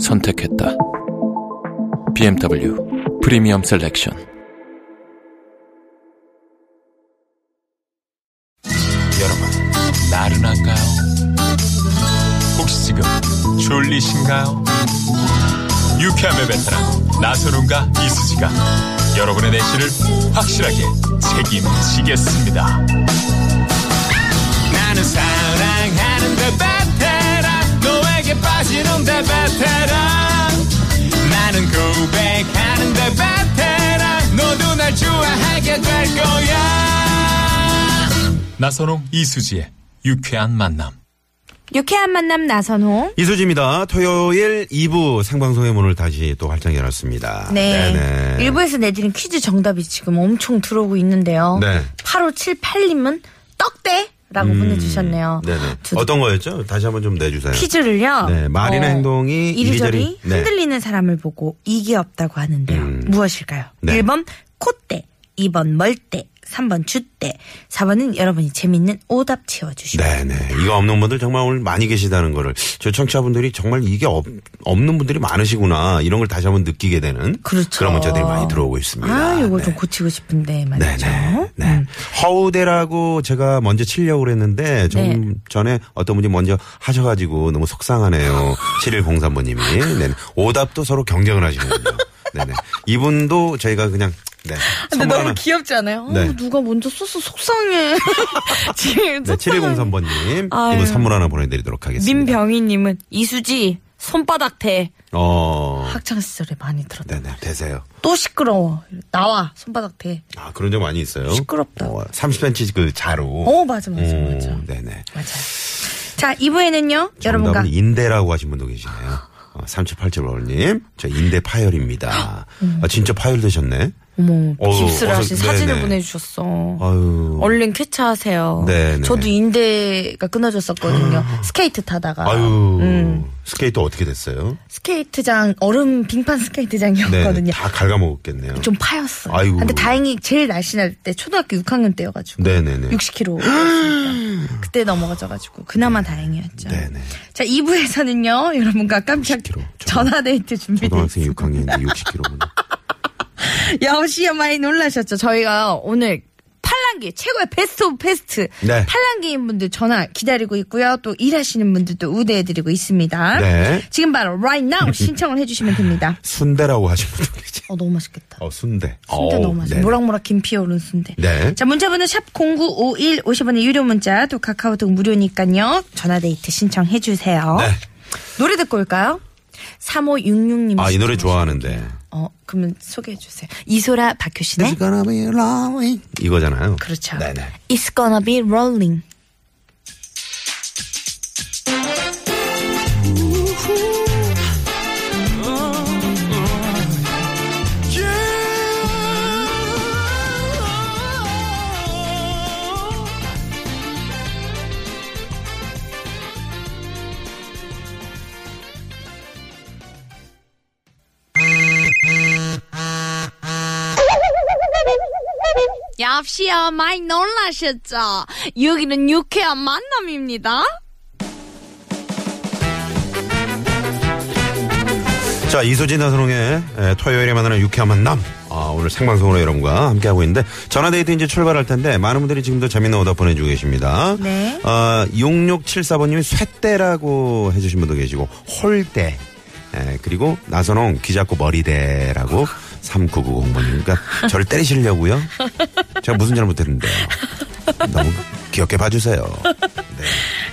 선택했다. BMW 프리미엄 셀렉션. 여러분, 나른한가요? 혹시 지금 졸리신가요? 유쾌함의 베테랑 나선웅과 이수지가 여러분의 내실을 확실하게 책임지겠습니다. 나는 사랑하는데 베테랑 너에게 빠지는데 베테랑 나는 고백하는데 베테랑 너도 날 좋아하게 될 거야. 나선홍 이수지의 유쾌한 만남. 유쾌한 만남 나선홍. 이수지입니다. 토요일 2부 생방송의 문을 다시 또 활짝 열었습니다. 네. 네네. 일부에서 내드린 퀴즈 정답이 지금 엄청 들어오고 있는데요. 네. 음. 8578님은 떡대? 라고 보내주셨네요. 네네. 두- 어떤 거였죠? 다시 한번 좀 내주세요. 퀴즈를요. 어, 네, 말이나 행동이 이리저리, 이리저리, 네. 음. 흔들리는 사람을 보고 이게 없다고 하는데요. 무엇일까요? 네. 1번 콧대, 2번 멀대, 3번 줏대, 4번은 여러분이 재밌는 오답 채워주시고 네네. 이거 없는 분들 정말 오늘 많이 계시다는 거를 저 청취자분들이 정말 이게 없, 없는 분들이 많으시구나 이런 걸 다시 한번 느끼게 되는 그렇죠. 런 문자들이 많이 들어오고 있습니다. 아, 요걸 네. 좀 고치고 싶은데 말이죠. 음. 네네. 네. 허우대라고 제가 먼저 치려고 그랬는데 좀 네. 전에 어떤 분이 먼저 하셔가지고 너무 속상하네요. 7103번님이. 네. 오답도 서로 경쟁을 하시는군요. 네네. 이분도 저희가 그냥 네. 근데 선물 너무 하나. 귀엽지 않아요? 어, 네. 누가 먼저 썼어 속상해. 지금 네, 7103번님 아유. 이분 선물 하나 보내드리도록 하겠습니다. 민병희님은 이수지 손바닥 대 어. 학창 시절에 많이 들었다. 네네. 되세요. 또 시끄러워 나와 손바닥 대. 아 그런 적 많이 있어요. 시끄럽다. 어, 30cm 그 자로. 어 맞아 맞아 음, 맞아 네네. 맞아. 자 2부에는요 여러분과 정답은 인대라고 하신 분도 계시네요. 어, 3787번님, 저 인대 파열입니다. 아, 진짜 파열되셨네. 어머 어우, 깁스를 어서- 하신 사진을 네네. 보내주셨어. 아유. 얼른 쾌차하세요. 네네. 아. 저도 인대가 끊어졌었거든요. 스케이트 타다가. 아유. 음, 스케이트 어떻게 됐어요? 스케이트장 얼음 빙판 네. 스케이트장이었거든요. 다 갉아먹었겠네요. 좀 파였어요. 아이고. 근데 다행히 제일 날씬할 때 초등학교 6학년 때여가지고 네네네. 60kg 였으니까 그때 넘어가져가지고 그나마 다행이었죠. 네네. 자 2부에서는요 여러분과 깜짝 60kg. 저도- 전화데이트 준비되어 초등학생 있습니다. 6학년인데 60kg면. 여시야 많이 놀라셨죠? 저희가 오늘 팔랑기 최고의 베스트 오브 베스트 네. 팔랑기인 분들 전화 기다리고 있고요. 또 일하시는 분들도 우대해드리고 있습니다. 네. 지금 바로 right now 신청을 해주시면 됩니다. 순대라고 하신 분도 계시 어 너무 맛있겠다. 어, 순대. 순대 어우, 너무 맛있어. 네네. 모락모락 김피 오른 순대. 네. 자, 문자번호 샵0951 50원의 유료 문자 또 카카오톡 무료니까요. 전화데이트 신청해 주세요. 네. 노래 듣고 올까요? 3566님. 아, 이 노래 좋아하는데. 어, 그러면 소개해 주세요. 이소라 박효신의 It's gonna be rolling. 이거잖아요. 그렇죠. 네, 네네. It's gonna be rolling. 역시요 많이 놀라셨죠? 여기는 유쾌한 만남입니다. 자, 이수진 나선홍의 에, 토요일에 만나는 유쾌한 만남. 아, 오늘 생방송으로 여러분과 함께하고 있는데, 전화데이트 이제 출발할 텐데, 많은 분들이 지금도 재밌는 오답 보내주고 계십니다. 네. 어, 6674번님이 쇠대라고 해주신 분도 계시고, 홀대. 에, 그리고 나선홍 귀 잡고 머리대라고 3990번님. 그러니까 저를 때리시려고요? 제가 무슨 잘못했는데요. 너무 귀엽게 봐주세요.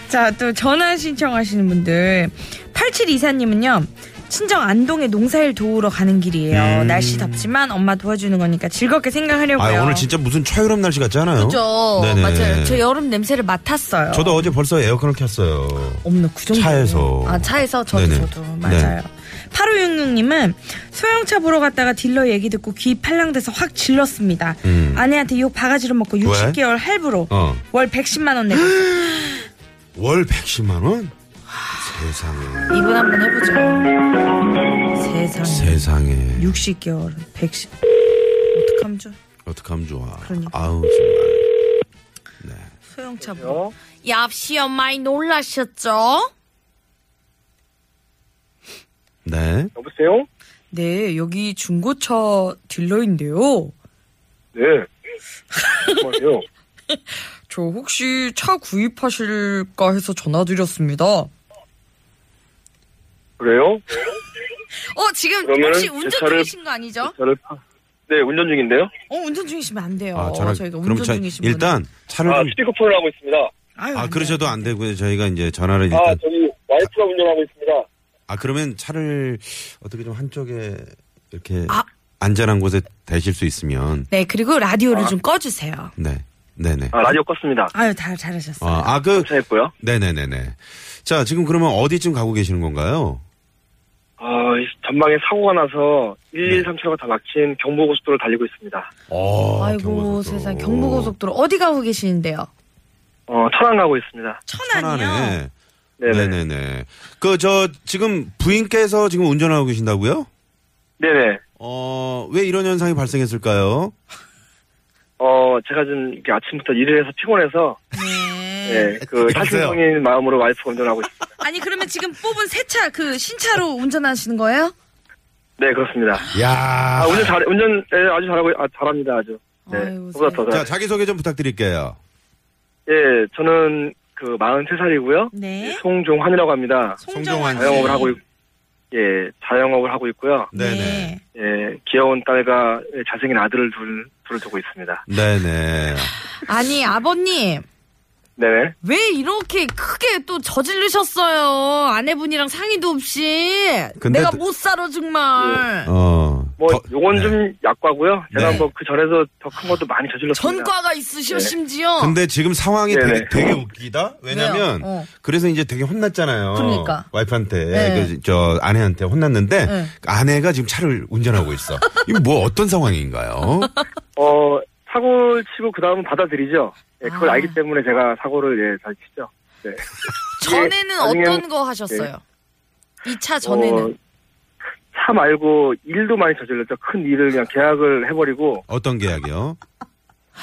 자, 또 전화 신청하시는 분들. 8724님은요. 친정 안동에 농사일 도우러 가는 길이에요. 날씨 덥지만 엄마 도와주는 거니까 즐겁게 음. 아, 생각하려고요. 오늘 진짜 무슨 초여름 날씨 같지 않아요? 그죠. 네네. 맞아요. 저 여름 냄새를 맡았어요. 저도 어제 벌써 에어컨을 켰어요. 없나 그 정도. 차에서. 아 차에서 저도 네네. 저도 맞아요. 네. 8566님은 소형차 보러 갔다가 딜러 얘기 듣고 귀 팔랑대서 확 질렀습니다. 아내한테 욕 바가지로 먹고 60개월 할부로 음. 어. 월 110만 원 내고 월 110만원? 세상에. 이분 한번 해보죠. 세상에 세상에. 60개월 110 어떡하면 좋아. 어떡하면 좋아. 그러니까. 아우, 정말. 소형차 보러 얍시요 많이 놀라셨죠? 네. 여보세요? 네 여기 중고차 딜러인데요. 네. 정말요? 저 혹시 차 구입하실까 해서 전화드렸습니다. 어 그래요? 어, 지금 그러면은 혹시 제 운전 차를- 중이신 거 아니죠? 저를 파... 네, 운전 중인데요? 어 운전 중이시면 안 돼요. 아, 전화, 저희가 그럼 운전 저, 중이신 네. 분 일단 차를 아, 좀, 스피커폰을 하고 있습니다. 아유, 아, 안 그러셔도 돼요. 안 되고요. 저희가 이제 전화를 일단. 아, 저기 와이프가 운전하고 있습니다. 아 그러면 차를 어떻게 좀 한쪽에 이렇게 아. 안전한 곳에 대실 수 있으면 네 그리고 라디오를 아. 좀 꺼주세요. 네 네네 아, 라디오 껐습니다. 아유 다 잘하셨어요. 아그 괜찮았고요. 네네네네 자 지금 그러면 어디쯤 가고 계시는 건가요? 아, 이 전방에 사고가 나서 113 차가 다 막힌 경부고속도로 달리고 있습니다. 어, 아이고 경부고속도로. 세상 경부고속도로 어디 가고 계시는데요? 어, 천안 가고 있습니다. 천안이요. 천안에 네네. 네네. 네네네 그 저 지금 부인께서 지금 운전하고 계신다고요? 어왜 이런 현상이 발생했을까요? 어, 제가 지금 이렇게 아침부터 일을 해서 피곤해서, 네. 네, 그, 여보세요? 사실성인 마음으로 와이프가 운전하고 있습니다. 아니 그러면 지금 뽑은 새 차 그 신차로 운전하시는 거예요? 네, 그렇습니다. 야 아, 운전 잘, 운전, 네, 아주 잘하고, 아, 잘합니다, 아주. 네. 아이고, 보다 더 자 잘. 자기 소개 좀 부탁드릴게요. 예, 저는 그 43살이고요. 예, 네. 송종환이라고 합니다. 송정환 자영업을 하고 있, 예, 자영업을 하고 있고요. 네네 예, 귀여운 딸과 잘생긴 아들을 둘, 둘을 두고 있습니다. 네네 아니 아버님 네네. 왜 이렇게 크게 또 저질르셨어요 아내분이랑 상의도 없이 근데 내가 뭐- 또- 못 살아 정말 어 뭐, 더- 요건 네. 좀 약과고요. 제가 네. 뭐 그 전에도 더 큰 것도 많이 저질렀습니다. 전과가 있으셔 심지어 근데 지금 상황이 네네. 되게, 되게 웃기다. 왜냐면 왜요? 어. 그래서 이제 되게 혼났잖아요. 그러니까. 와이프한테 네. 그, 저 아내한테 혼났는데 네. 그 아내가 지금 차를 운전하고 있어. 이거 뭐 어떤 상황인가요? 어, 사고를 치고 그 다음은 받아들이죠. 예, 그걸 알기 때문에 제가 사고를, 예, 잘 치죠. 네. 전에는 나중에- 어떤 거 하셨어요? 이 차 전에는 어, 차 말고 일도 많이 저질렀죠. 큰 일을 그냥 계약을 해버리고, 어떤 계약이요?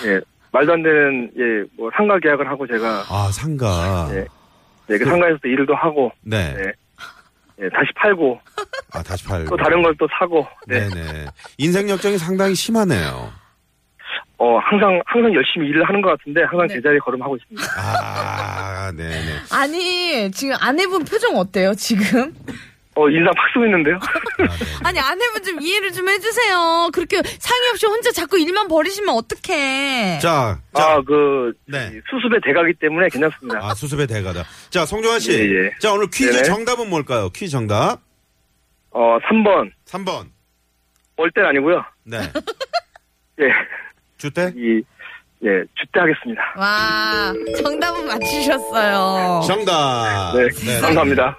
예, 말도 안 되는, 예, 뭐 상가 계약을 하고 제가, 아 상가. 네. 예, 그 상가에서 또 일도 하고, 네. 네. 예, 다시 팔고, 아 다시 팔고. 또 다른 걸 또 사고, 네. 네네. 인생 역정이 상당히 심하네요. 어, 항상, 항상 열심히 일을 하는 것 같은데, 항상 네. 제자리 걸음하고 있습니다. 아 네네. 아니 지금 아내분 표정 어때요 지금? 어, 인상 팍 쓰고 있는데요? 네. 아니 아내분 좀 이해를 좀 해주세요 그렇게 상의 없이 혼자 자꾸 일만 벌이시면 어떡해 자, 자. 아, 그, 네. 수습의 대가기 때문에 괜찮습니다. 아 수습의 대가다. 자 송정환 씨. 예, 예. 자 오늘 퀴즈 네네. 정답은 뭘까요? 퀴즈 정답 어, 3번. 3번. 올 때는 아니고요. 네. 예, 주택. 이, 예, 주대 하겠습니다. 와 정답은 맞추셨어요 정답. 네, 아, 네네. 감사합니다.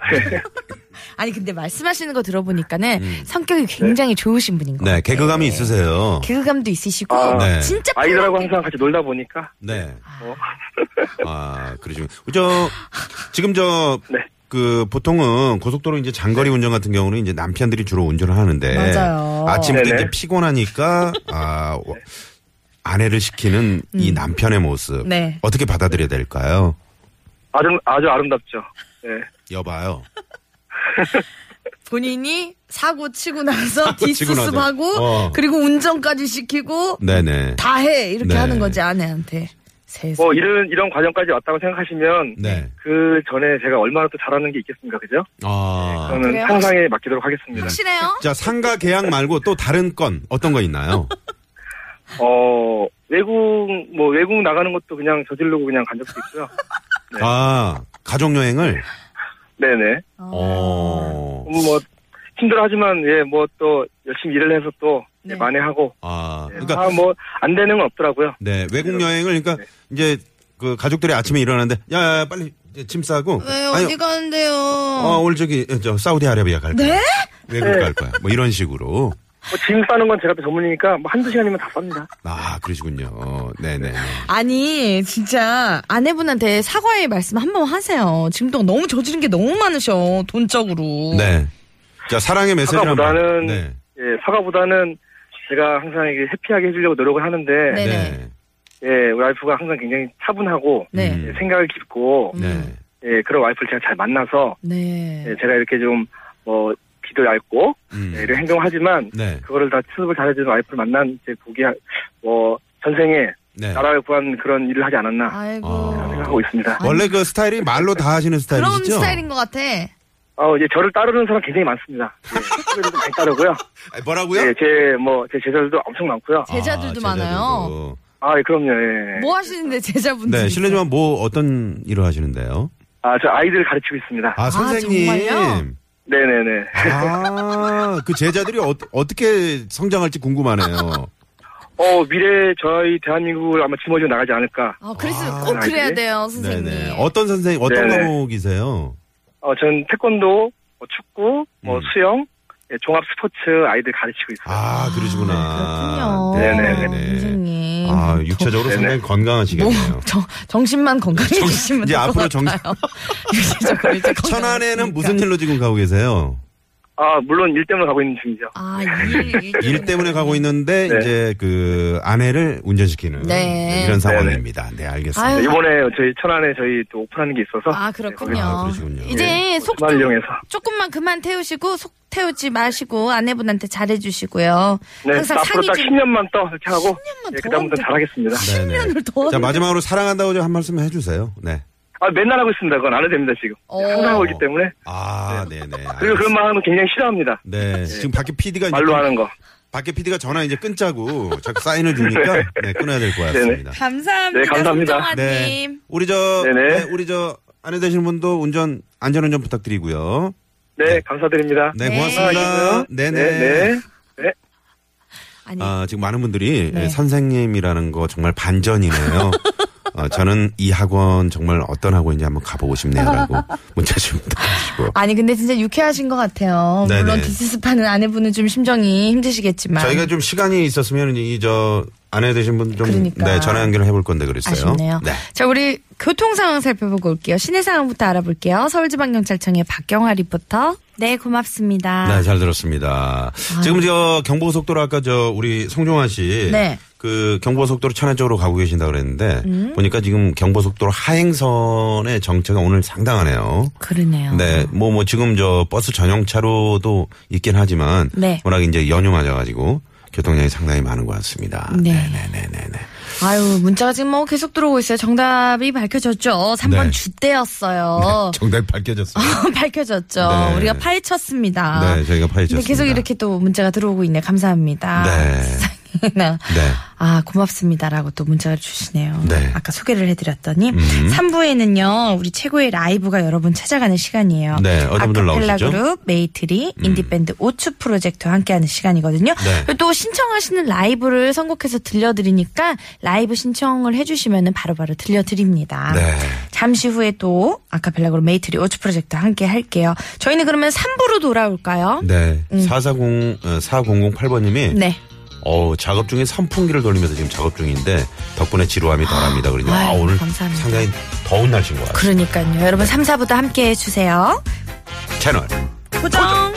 아니 근데 말씀하시는 거 들어보니까는 성격이 굉장히 좋으신 분인 것 음. 네, 같아요. 개그감이 있으세요. 개그감도 있으시고 아, 네. 진짜 아이들하고 항상 같이 놀다 보니까, 네. 어. 아, 그러시군. 저, 지금 저, 네. 그, 보통은 고속도로 이제 장거리 운전 같은 경우는 이제 남편들이 주로 운전을 하는데. 맞아요. 침부터 네네. 이제 피곤하니까, 아, 어, 아내를 시키는 이 남편의 모습. 음. 네. 어떻게 받아들여야 될까요? 아주, 아주 아름답죠. 예. 여봐요. 본인이 사고 치고 나서 사고 치고 나서. 뒷수습하고 어. 그리고 운전까지 시키고 네네. 다 해 이렇게 네. 하는 거지 아내한테. 세상. 뭐, 이런, 이런 과정까지 왔다고 생각하시면, 네. 그 전에 제가 얼마나 또 잘하는 게 있겠습니까, 그죠? 아. 저는 그래요? 상상에 맡기도록 하겠습니다. 확실해요? 자, 상가 계약 말고 또 다른 건 어떤 거 있나요? 어, 외국, 뭐, 외국 나가는 것도 그냥 저지르고 그냥 간 적도 있고요. 네. 아, 가족여행을? 네네. 어. 뭐, 힘들어하지만, 예, 뭐, 또, 열심히 일을 해서 또, 예, 네. 만회하고. 아. 예, 그러니까 아, 뭐, 안 되는 건 없더라고요. 네, 외국 여행을 그러니까 이제 그 가족들이 아침에 일어나는데 야, 야, 야, 빨리 이제 짐 싸고 왜 어디 가는데요? 어, 오늘 저기 저 사우디아라비아 갈 거야. 네? 왜 그럴까 할 거야. 뭐 이런 식으로. 뭐짐 싸는 건 제가 또 전문이니까 뭐 한두 시간이면 다 쌉니다. 아, 그러시군요. 어, 네네. 아니 진짜 아내분한테 사과의 말씀 한 번 하세요. 지금 동안 너무 저지른 게 너무 많으셔 돈적으로. 네. 자, 사랑의 메시지를 한번. 사과보다는 네. 예, 사과보다는 제가 항상 이게 해피하게 해주려고 노력을 하는데 네. 네. 예, 우리 와이프가 항상 굉장히 차분하고 네. 음. 예, 생각이 깊고 음. 네. 예, 그런 와이프를 제가 잘 만나서 네. 예, 제가 이렇게 좀뭐 귀도 얇고 음. 예, 이런 행동하지만 네. 그거를 다 수습을 잘해주는 와이프를 만난 제 보기 뭐 전생에 네. 나라를 구한 그런 일을 하지 않았나 아이고. 아. 생각하고 있습니다. 원래 그 스타일이 말로 다 하시는 스타일이시죠? 그런 스타일인 것 같아. 어, 이제 저를 따르는 사람 굉장히 많습니다. 예, 친구들도 많이 따르고요. 아, 뭐라고요? 예, 제 뭐 제 제자들도 엄청 많고요. 아, 제자들도 많아요. 아, 예, 그럼요. 예. 뭐 하시는데 제자분들. 네, 실례지만 뭐 어떤 일을 하시는데요? 아, 저 아이들을 가르치고 있습니다. 아, 선생님. 정말요? 네네네. 아, 그 제자들이 어, 어떻게 성장할지 아, 궁금하네요. 어, 미래 저희 대한민국을 아마 짊어지고 나가지 않을까. 아, 그래서 아, 꼭 그래야 알지? 돼요, 선생님. 네네. 어떤 선생님, 어떤 네네. 과목이세요? 어, 전 태권도, 뭐 축구, 뭐 음. 수영, 예, 종합 스포츠 아이들 가르치고 있어요. 아, 그러시구나. 그렇군요. 네네네. 선생님. 아, 육체적으로 네네. 상당히 몸, 건강하시겠네요. 정, 정신만 건강해지시면 이제 될것 앞으로 정- 같아요. 그러니까. 육체적으로 이제 건강- 천안에는 무슨 일로 지금 가고 계세요? 아, 물론 일 때문에 가고 있는 중이죠. 아, 일, 일 때문에 가고 있는데 네. 이제 그 아내를 운전시키는 네. 이런 네네. 상황입니다. 네, 알겠습니다. 네, 아유. 이번에 저희 천안에 저희 또 오픈하는 게 있어서. 아, 그렇군요. 아, 그러시군요. 이제 속 주말 좀, 이용해서. 조금만 그만 태우시고 속 태우지 마시고 아내분한테 잘해주시고요. 네, 항상 앞으로 상의 딱 좀 10년만 떠 이렇게 하고. 10년만 예, 더 그다음부터 하면 잘하겠습니다. 네네. 그러니까 더 예. 자, 마지막으로 사랑한다고 좀 한 말씀 해주세요. 네. 아, 맨날 하고 있습니다. 그건 안 해도 됩니다, 지금. 어. 항상 하고 있기 때문에. 아, 네네. 그리고 그런 말 하는 거 굉장히 싫어합니다. 네. 지금 밖에 PD가 말로 하는 거. 밖에 PD가 전화 이제 끊자고 자꾸 사인을 주니까 네, 끊어야 될 것 같습니다. 감사합니다. 네, 감사합니다. 네. 님 우리 저 네네. 네, 우리 저 아내 되시는 분도 운전 안전 운전 부탁드리고요. 네, 감사드립니다. 네, 네. 고맙습니다. 네네. 네. 네. 아니, 아, 지금 많은 분들이 네. 예, 선생님이라는 거 정말 반전이네요. 어, 저는 이 학원 정말 어떤 학원인지 한번 가보고 싶네요라고 문자 좀 부탁드리고. 아니 근데 진짜 유쾌하신 것 같아요. 네네. 물론 디스스파는 아내분은 좀 심정이 힘드시겠지만 저희가 좀 시간이 있었으면 이 저 아내 되신 분 좀 그러니까. 네, 전화 연결을 해볼 건데 그랬어요. 아쉽네요. 네. 자 우리 교통 상황 살펴보고 올게요. 시내 상황부터 알아볼게요. 서울지방경찰청의 박경화 리포터. 네 고맙습니다. 네, 잘 들었습니다. 아. 지금 저 경보고속도로 아까 저 우리 송종환 씨. 네. 그 경보고속도로 천안 쪽으로 가고 계신다 그랬는데 음. 보니까 지금 경보고속도로 하행선의 정체가 오늘 상당하네요. 그러네요. 네, 뭐, 뭐, 지금 저 버스 전용차로도 있긴 하지만. 네. 워낙 이제 연휴 맞아가지고 교통량이 상당히 많은 것 같습니다. 네. 네네네네. 아유 문자가 지금 뭐 계속 들어오고 있어요. 정답이 밝혀졌죠. 3번 네. 주대였어요. 아. 정답 밝혀졌어요. 밝혀졌죠. 네. 우리가 파헤쳤습니다. 네, 저희가 근데 파헤쳤습니다. 계속 이렇게 또 문자가 들어오고 있네. 감사합니다. 네. 세상에나. 네. 아, 고맙습니다라고 또 문자를 주시네요. 네. 음. 아까 소개를 해드렸더니 3부에는요, 우리 최고의 라이브가 여러분 찾아가는 시간이에요. 네, 어떤 분들 아카펠라 나오시죠? 음. 그룹, 메이트리, 인디밴드 오츠 프로젝트와 함께하는 시간이거든요. 네. 그리고 또 신청하시는 라이브를 선곡해서 들려드리니까 라이브 신청을 해주시면 바로바로 들려드립니다. 네. 잠시 후에 또 아카펠라 그룹 메이트리 오츠 프로젝트 함께 할게요. 저희는 그러면 3부로 돌아올까요? 네. 어, 440, 4008번님이. 네. 어 작업 중에 선풍기를 돌리면서 지금 작업 중인데 덕분에 지루함이 덜합니다. 그러니 아, 아유, 오늘 감사합니다. 상당히 더운 날씨인 것 같아요. 그러니까요. 여러분 3, 4부도 함께 해주세요. 채널. 고정.